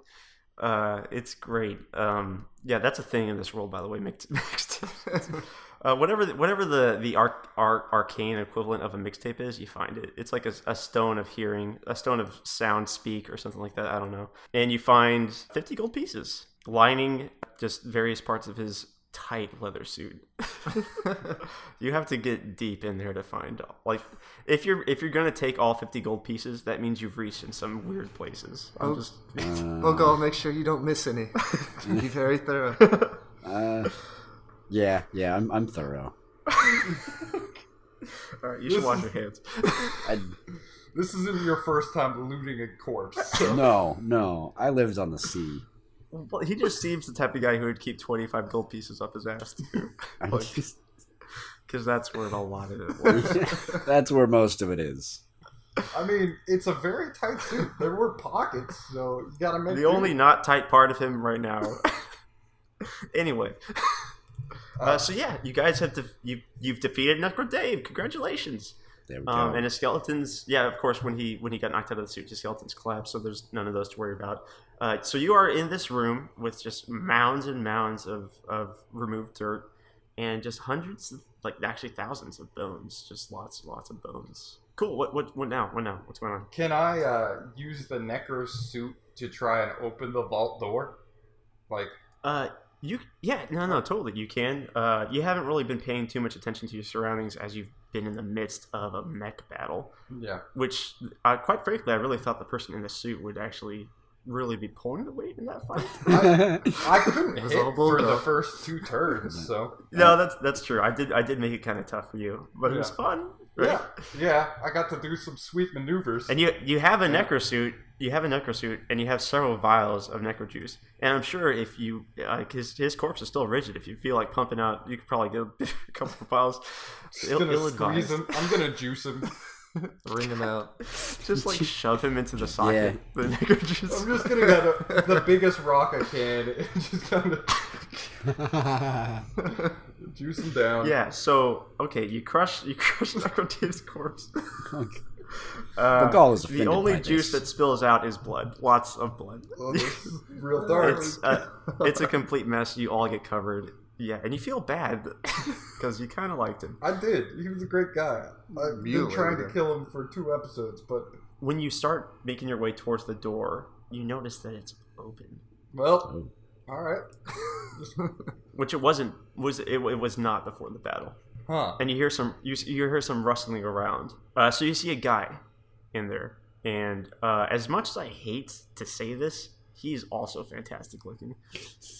Uh, it's great. Um, yeah, that's a thing in this world, by the way. Mix- Mixtape. uh, whatever, the, whatever the the arc, arc, arcane equivalent of a mixtape is, you find it. It's like a, a stone of hearing, a stone of sound speak, or something like that. I don't know. And you find 50 gold pieces lining just various parts of his tight leather suit. you have to get deep in there to find like if you're if you're gonna take all fifty gold pieces, that means you've reached in some weird places. I'm just Uh, We'll go make sure you don't miss any. Be very thorough. uh, Yeah, yeah, I'm, I'm thorough. all right. You should wash your hands. I, This isn't your first time looting a corpse. no, no, I lived on the sea. Well, he just seems the type of guy who would keep twenty five gold pieces up his ass too, I'm just- because that's where a lot of it was. that's where most of it is. I mean, it's a very tight suit. There were pockets, so you gotta make the do. only not tight part of him right now. anyway, uh, so yeah, you guys have def- you you've defeated Necro Dave. Congratulations. There we go. Um, and his skeletons, yeah, of course, when he when he got knocked out of the suit, his skeletons collapsed, so there's none of those to worry about. Uh, so you are in this room with just mounds and mounds of, of removed dirt and just hundreds, of, like actually thousands of bones, just lots and lots of bones. Cool. What what what now? What now? What's going on? Can I uh, use the Necro suit to try and open the vault door? Like, Uh, you yeah no no totally you can. Uh, you haven't really been paying too much attention to your surroundings as you've been in the midst of a mech battle. yeah. which uh, quite frankly i really thought the person in the suit would actually really be pulling the weight in that fight I couldn't It was hit all bull for the though. first two turns, so no that's that's true i did i did make it kind of tough for you but it was Yeah. fun right? yeah, yeah. I got to do some sweet maneuvers. and you you have a necro suit you have a necro suit and you have several vials of necro juice and i'm sure if you like his, his corpse is still rigid if you feel like pumping out you could probably get a couple of vials Just Ill- gonna ill-advised. squeeze him. I'm gonna juice him. Ring him out. just like shove him into the socket the necro juice I'm just gonna get a, the biggest rock I can and just kind of juice him down. yeah so okay you crush you crush necro Dave's corpse Uh, but Gaul is The offended only by juice that this. spills out is blood. Lots of blood. Oh, this is real dark. it's, a, it's a complete mess. You all get covered. Yeah, and you feel bad because you kind of liked him. I did. He was a great guy. I've been Mutilated trying to him. kill him for two episodes, but When you start making your way towards the door, you notice that it's open, well, Oh. all right. which it wasn't. Was it, it was not before the battle. Huh? And you hear some you, s- you hear some rustling around. Uh, so you see a guy in there, and uh, as much as I hate to say this, he's also fantastic looking.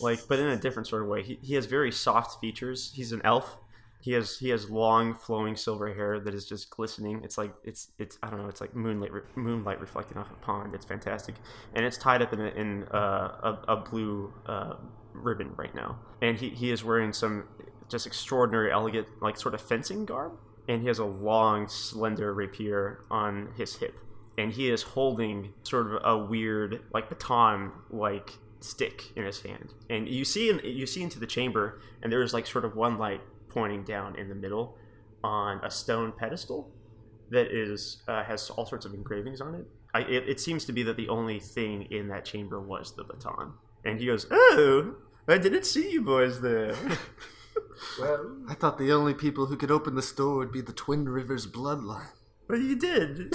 Like, but in a different sort of way. He, he has very soft features. He's an elf. He has he has long flowing silver hair that is just glistening. It's like it's it's I don't know. It's like moonlight re- moonlight reflecting off a pond. It's fantastic, and it's tied up in a, in uh, a, a blue uh, ribbon right now. And he, he is wearing some just extraordinary elegant like sort of fencing garb, and he has a long slender rapier on his hip, and he is holding sort of a weird like baton like stick in his hand. And you see in, you see into the chamber, and there is like sort of one light pointing down in the middle on a stone pedestal that is uh, has all sorts of engravings on it. I, it. It seems to be that the only thing in that chamber was the baton. And he goes, "Oh, I didn't see you boys there." Well, I thought the only people who could open this door would be the Twin Rivers bloodline. well, you did.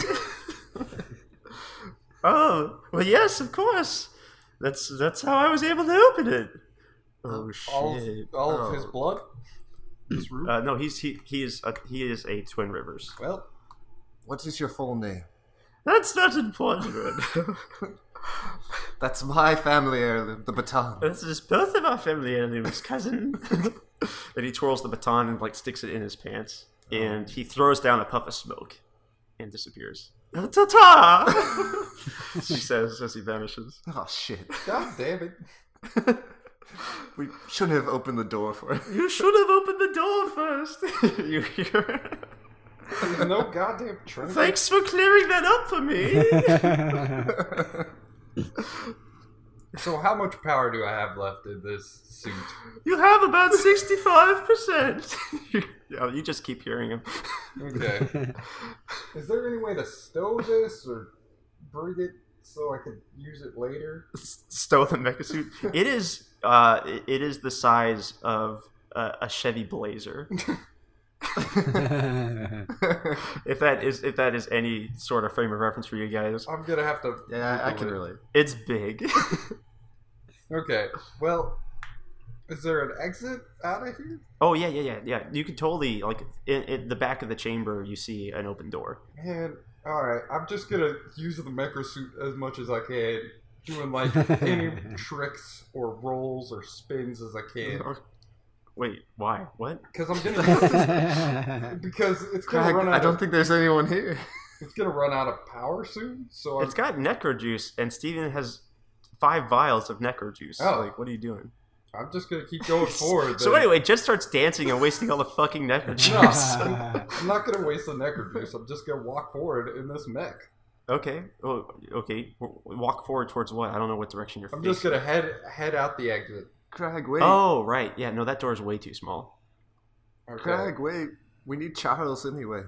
oh, well, yes, of course. That's that's how I was able to open it. Oh all, shit! all Oh. of his blood. His root. Uh, no, he's he he is a, he is a Twin Rivers. well, What is your full name? That's not important. That's my family heirloom, the baton. This is both of our family heirlooms, cousin. and he twirls the baton and like sticks it in his pants, and he throws down a puff of smoke, and disappears. Ta ta! she says as he vanishes. Oh shit! god damn it! We shouldn't have opened the door for him. You should have opened the door first. you hear? There's no goddamn trinket. Thanks for clearing that up for me. So how much power do I have left in this suit? you have about sixty-five percent. You just keep hearing him. Okay. Is there any way to stow this or bring it so I could use it later? stow the mecha suit. It is uh, it- it is the size of uh, a Chevy Blazer. if that is if that is any sort of frame of reference for you guys, I'm gonna have to. Yeah, I can relate. it's big. Okay. Well, Is there an exit out of here? Oh yeah, yeah, yeah, yeah. You could totally like in, in the back of the chamber. You see an open door. Man, all right. I'm just gonna use the mecha suit as much as I can, doing like any tricks or rolls or spins as I can, Wait, why? What? because I'm gonna because it's gonna Craig, run out. I don't of, think there's anyone here. it's gonna run out of power soon. So I'm, It's got necro juice, and Steven has five vials of necro juice. Oh. Like, what are you doing? I'm just gonna keep going forward. So then. anyway, Jet starts dancing and wasting all the fucking necro juice. No, I'm not gonna waste the necker juice. I'm just gonna walk forward in this mech. okay. Oh, okay. W- Walk forward towards what? I don't know what direction you're. I'm facing. just gonna head head out the exit. Craig, wait. Oh right, yeah. No, that door is way too small. Craig, wait. We need Charles anyway.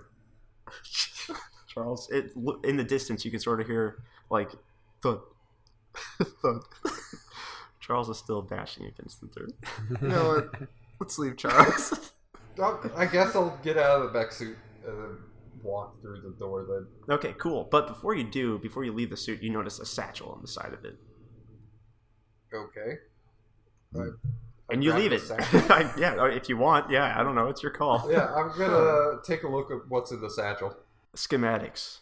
Charles, it, lo- in the distance, you can sort of hear like thud, thud. Charles is still bashing against the dirt. You know what? Let's leave Charles. I'll- I guess I'll get out of the mech suit and then walk through the door. Then Okay, cool. But before you do, before you leave the suit, you notice a satchel on the side of it, okay. and you grab leave the it. satchel. I- yeah, if you want. Yeah, I don't know. It's your call. Yeah, I'm gonna take a look at what's in the satchel. Schematics,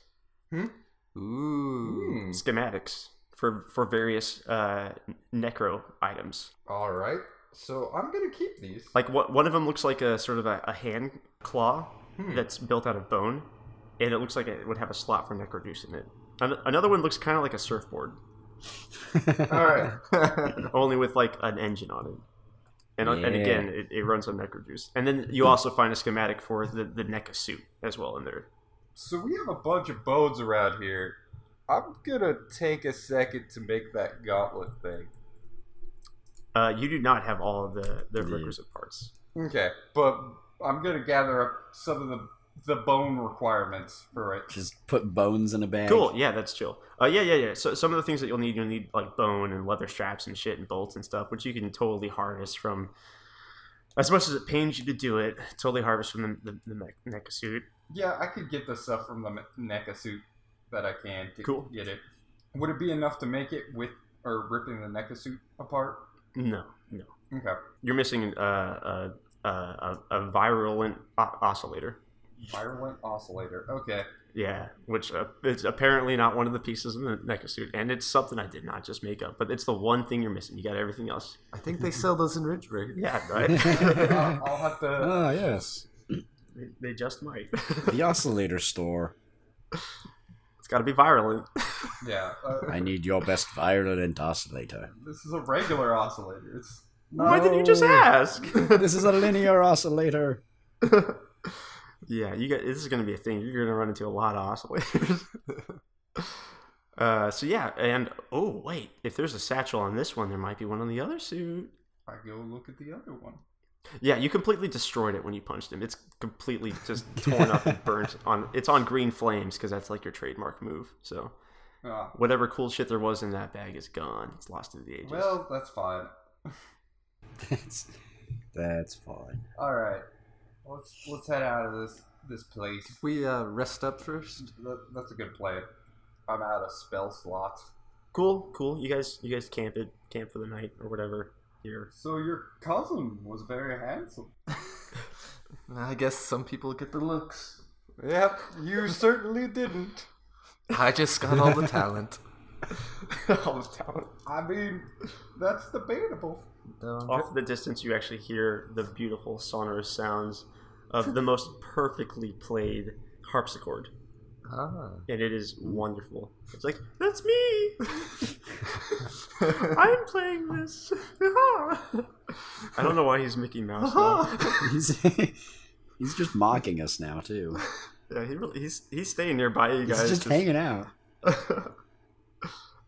Ooh. Hmm. schematics for for various uh, necro items. All right. So I'm gonna keep these. Like what one of them looks like a sort of a, a hand claw Hmm. that's built out of bone, and it looks like it would have a slot for necrojuice in it. An- another one looks kind of like a surfboard, All right. only with like an engine on it. And, uh, and Yeah. again, it, it runs on necrojuice. And then Hmm. you also find a schematic for the, the NECA suit as well in there. So we have a bunch of bones around here. I'm gonna take a second to make that gauntlet thing. Uh, you do not have all of the, the Yeah. requisite parts. Okay, but I'm gonna gather up some of the the bone requirements for it. Just put bones in a bag. Cool. Yeah, that's chill. Uh, yeah, yeah, yeah. So some of the things that you'll need, you'll need like bone and leather straps and shit and bolts and stuff, which you can totally harvest from. As much as it pains you to do it, totally harvest from the the, the mech, mecha suit. Yeah, I could get the stuff from the me- NECA suit that I can to Cool. get it. Would it be enough to make it with or ripping the NECA suit apart? No, no. Okay. You're missing uh, a a a, a virulent o- oscillator. Virulent oscillator. Okay. Yeah, which uh, it's apparently not one of the pieces in the mecha suit, and it's something I did not just make up. But it's the one thing you're missing. You got everything else. I think they sell those in Ridgeburg. Yeah, right? I'll, I'll have to. Ah, yes. They- they just might. The oscillator store. it's got to be virulent. Yeah. Uh, I need your best violent oscillator. this is a regular oscillator. It's Why did you just No. ask? This is a linear oscillator. Yeah, you got this is going to be a thing. You're going to run into a lot of oscillators. uh, so yeah, and oh wait, if there's a satchel on this one, there might be one on the other suit. I go look at the other one. Yeah, you completely destroyed it when you punched him. It's completely just torn up and burnt on. It's on green flames because that's like your trademark move. So Ah, whatever cool shit there was in that bag is gone. It's lost to the ages. well, that's fine. That's, that's fine. All right. Let's let's head out of this this place. We uh, rest up first. That, that's a good plan. I'm out of spell slots. cool, cool. You guys, you guys camp it, camp for the night or whatever. Here, So your cousin was very handsome. I guess some people get the looks. Yep, you certainly didn't. I just got all the talent. all the talent. I mean, that's debatable. No, Off the distance, you actually hear the beautiful sonorous sounds of the most perfectly played harpsichord, ah. and it is wonderful. It's like that's me. I'm playing this. I don't know why he's Mickey Uh-huh. Mouse. Now. He's, he's just mocking us now, too. Yeah, he really, he's he's staying nearby you He's guys. just hanging out.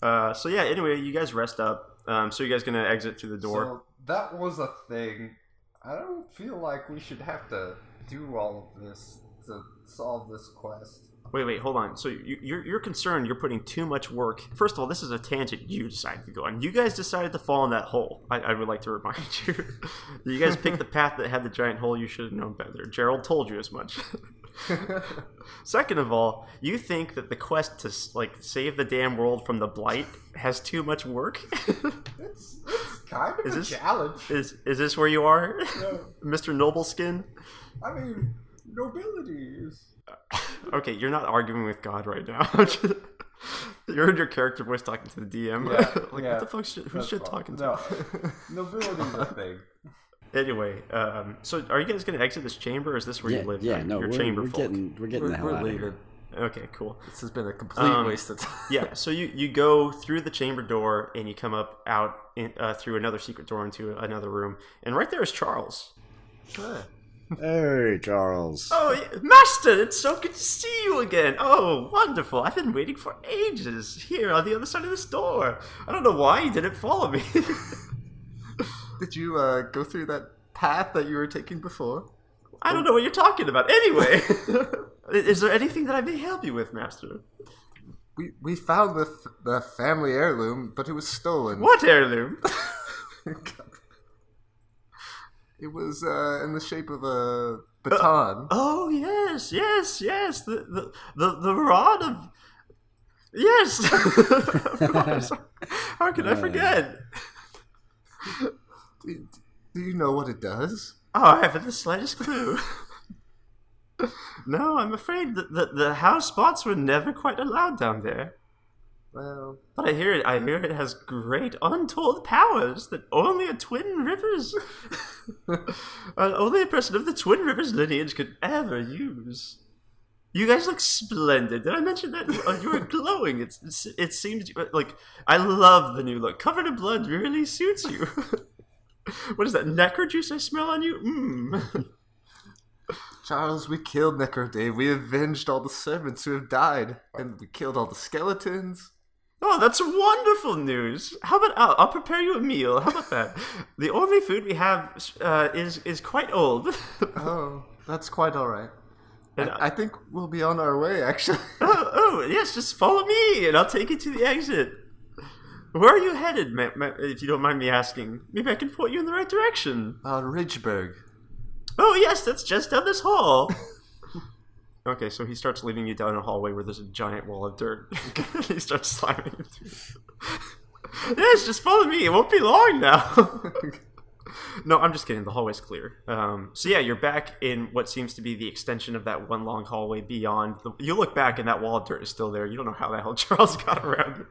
Uh, so yeah. Anyway, you guys rest up. Um, so you guys gonna exit through the door? So that was a thing. I don't feel like we should have to do all of this to solve this quest. Wait, wait, hold on. So you, you're you're concerned you're putting too much work. First of all, this is a tangent you decided to go on. You guys decided to fall in that hole. I, I would like to remind you. you guys picked the path that had the giant hole. You should have known better. Gerald told you as much. Second of all, you think that the quest to like save the damn world from the blight has too much work? It's, it's kind of Is a this- challenge. is is this where you are, Mr. Nobleskin? I mean, nobility is. Okay, you're not arguing with God right now. you're in your character voice talking to the DM. Yeah, like yeah. what the fuck? Should, who's That's shit fine. talking to? No, nobility's a thing. Anyway, um, so are you guys gonna exit this chamber? Or is this where yeah, you live? yeah, Your- no, your we're, chamber we're folk? getting we're getting We're, the hell we're out of here. leaving. Okay, cool. This has been a complete Um, waste of time. yeah so you you go through the chamber door and you come up out in, uh, through another secret door into another room and right there is charles Hey, Charles. oh yeah, master it's so good to see you again oh wonderful i've been waiting for ages here on the other side of this door i don't know why you didn't follow me Did you uh, go through that path that you were taking before? i don't know what you're talking about anyway is there anything that i may help you with master We we found the f- the family heirloom, but it was stolen. what heirloom It was uh, in the shape of Uh, a baton. Oh yes, yes, yes. The the the, the rod of yes. of course. How could I forget? do, do you know what it does? Oh, I haven't the slightest clue. no, I'm afraid that the, the house spots were never quite allowed down there. Well, But I hear it. I hear it has great untold powers that only a Twin Rivers, uh, only a person of the Twin Rivers lineage could ever use. You guys look splendid. Did I mention that Oh, you- you were glowing? It's, it's it seems you- like I love the new look. Covered in blood really suits you. what is that necro juice I smell on you? Mmm. Charles, we killed Necro Dave. We avenged all the servants who have died, and we killed all the skeletons. Oh, that's wonderful news. How about I'll, I'll prepare you a meal? How about that? The only food we have uh, is is quite old. Oh, that's quite all right. And uh, I, I think we'll be on our way, actually. oh, oh, yes, just follow me and I'll take you to the exit. Where are you headed, ma- ma- if you don't mind me asking? Maybe I can point you in the right direction. uh, Ridgeburg. Oh, yes, that's just down this hall. okay, so he starts leading you down a hallway where there's a giant wall of dirt. he starts slamming into Yes, just follow me. It won't be long now. no, I'm just kidding. The hallway's clear. Um, so yeah, you're back in what seems to be the extension of that one long hallway beyond. The, you look back, and that wall of dirt is still there. You don't know how the hell Charles got around it.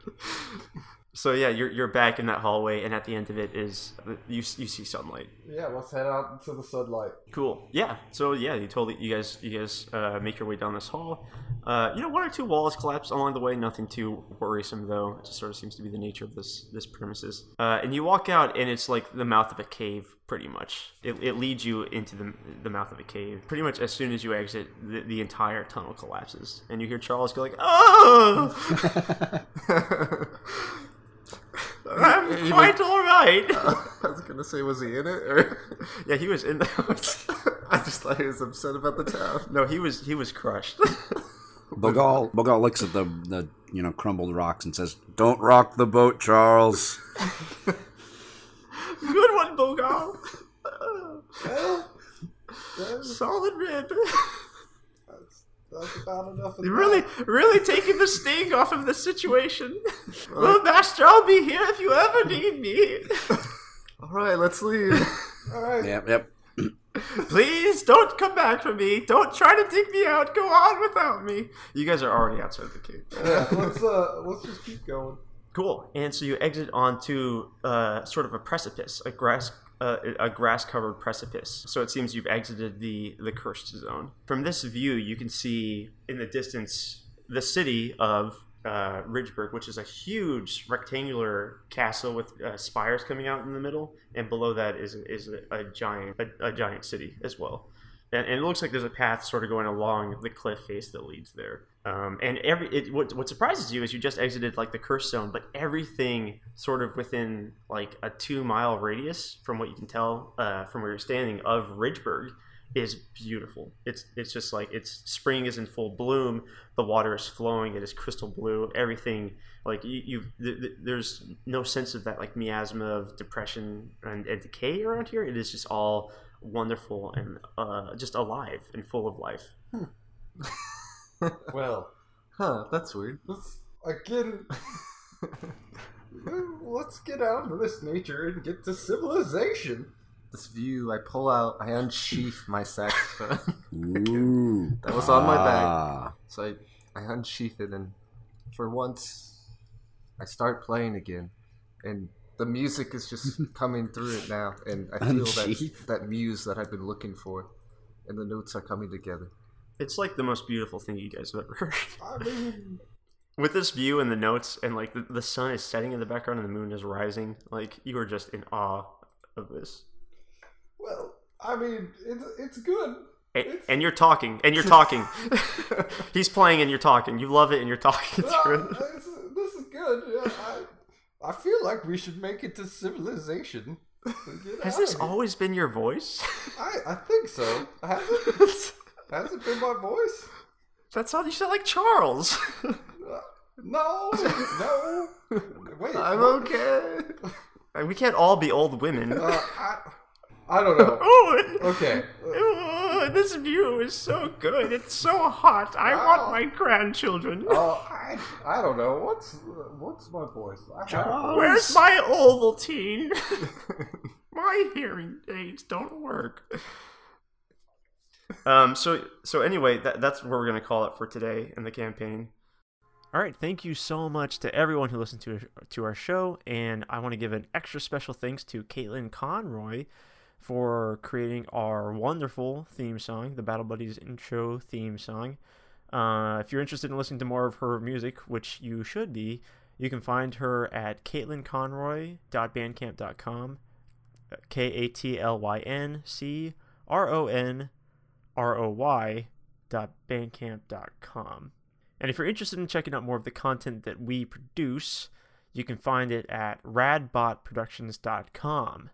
so yeah, you're you're back in that hallway, and at the end of it is you you see sunlight. Yeah, let's head out into the sunlight. Cool. Yeah. So yeah, you totally you guys you guys uh, make your way down this hall. Uh, you know, one or two walls collapse along the way. Nothing too worrisome though. It just sort of seems to be the nature of this this premises. Uh, and you walk out, and it's like the mouth of a cave, pretty much. It, it leads you into the the mouth of a cave. Pretty much as soon as you exit, the, the entire tunnel collapses, and you hear Charles go like, "Oh, I'm quite all right." I was gonna say, was he in it? Or yeah, he was in the. I just thought he was upset about the town. no, he was he was crushed. Bogal Bogal looks at the the you know crumbled rocks and says, "Don't rock the boat, Charles." Good one, Bogal. Solid rib. That's about enough. Of You're that. really, really taking the sting off of the situation. Well, Master, I'll be here if you ever need me. All right, let's leave. All right. yep, yep. Please don't come back for me. Don't try to dig me out. Go on without me. You guys are already outside the cave. Yeah, let's uh, let's just keep going. Cool. And so you exit onto uh, sort of a precipice, a grass, uh, a grass-covered precipice. So it seems you've exited the the cursed zone. From this view, you can see in the distance the city of uh, Ridgeburg, which is a huge rectangular castle with uh, spires coming out in the middle, and below that is is a, a giant a, a giant city as well and, and it looks like there's a path sort of going along the cliff face that leads there. Um, and every it, what what surprises you is you just exited like the curse zone, but everything sort of within like a two mile radius from what you can tell uh, from where you're standing of Ridgeburg is beautiful. It's it's just like it's spring is in full bloom. The water is flowing. It is crystal blue. Everything like you, you've th- th- there's no sense of that like miasma of depression and, and decay around here. It is just all wonderful and uh, just alive and full of life. Well, Huh, that's weird. let's again. let's get out of this nature and get to civilization. This view, I pull out, I unsheath my saxophone. Ooh. That was on my back. Ah. So I, I unsheath it, and for once, I start playing again, and the music is just coming through it now, and I feel that Unsheath. that muse that I've been looking for, and the notes are coming together. It's like the most beautiful thing you guys have ever heard. I mean, With this view and the notes, and like the, the sun is setting in the background and the moon is rising, like you are just in awe of this. well, I mean, it's it's good. And, and you're talking, and you're talking. He's playing, and you're talking. You love it, and you're talking Ah, through it. this, this is good. Yeah, I, I feel like we should make it to civilization. Get Has out this of here. always been your voice? I, I think so. Has it? Has it been my voice? That's all you sound like Charles. Uh, No, no. Wait, I'm what? okay. And we can't all be old women. Uh, I, I don't know. Oh, and- Okay, uh, oh, this view is so good. It's so hot. I want my grandchildren. uh, I, I don't know. What's what's my voice? I have, Ah. Where's my Ovaltine? my hearing aids don't work. Um. So so anyway, that, that's where we're gonna call it for today in the campaign. All right. Thank you so much to everyone who listened to to our show, and I want to give an extra special thanks to Caitlin Conroy for creating our wonderful theme song, the Battle Buddies intro theme song. Uh, if you're interested in listening to more of her music, which you should be, you can find her at caitlinconroy.bandcamp.com, K A T L Y N C R O N R O Y dot bandcamp.com. And if you're interested in checking out more of the content that we produce, you can find it at radbotproductions.com.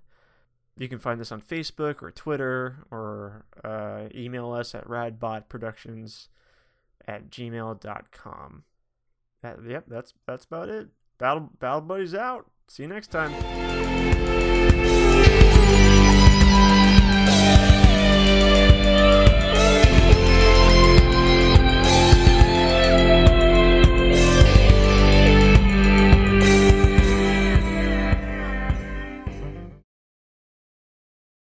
You can find us on Facebook or Twitter or uh, email us at radbotproductions at gmail.com. That, yep, that's that's about it. Battle Battle Buddies out. See you next time. Thank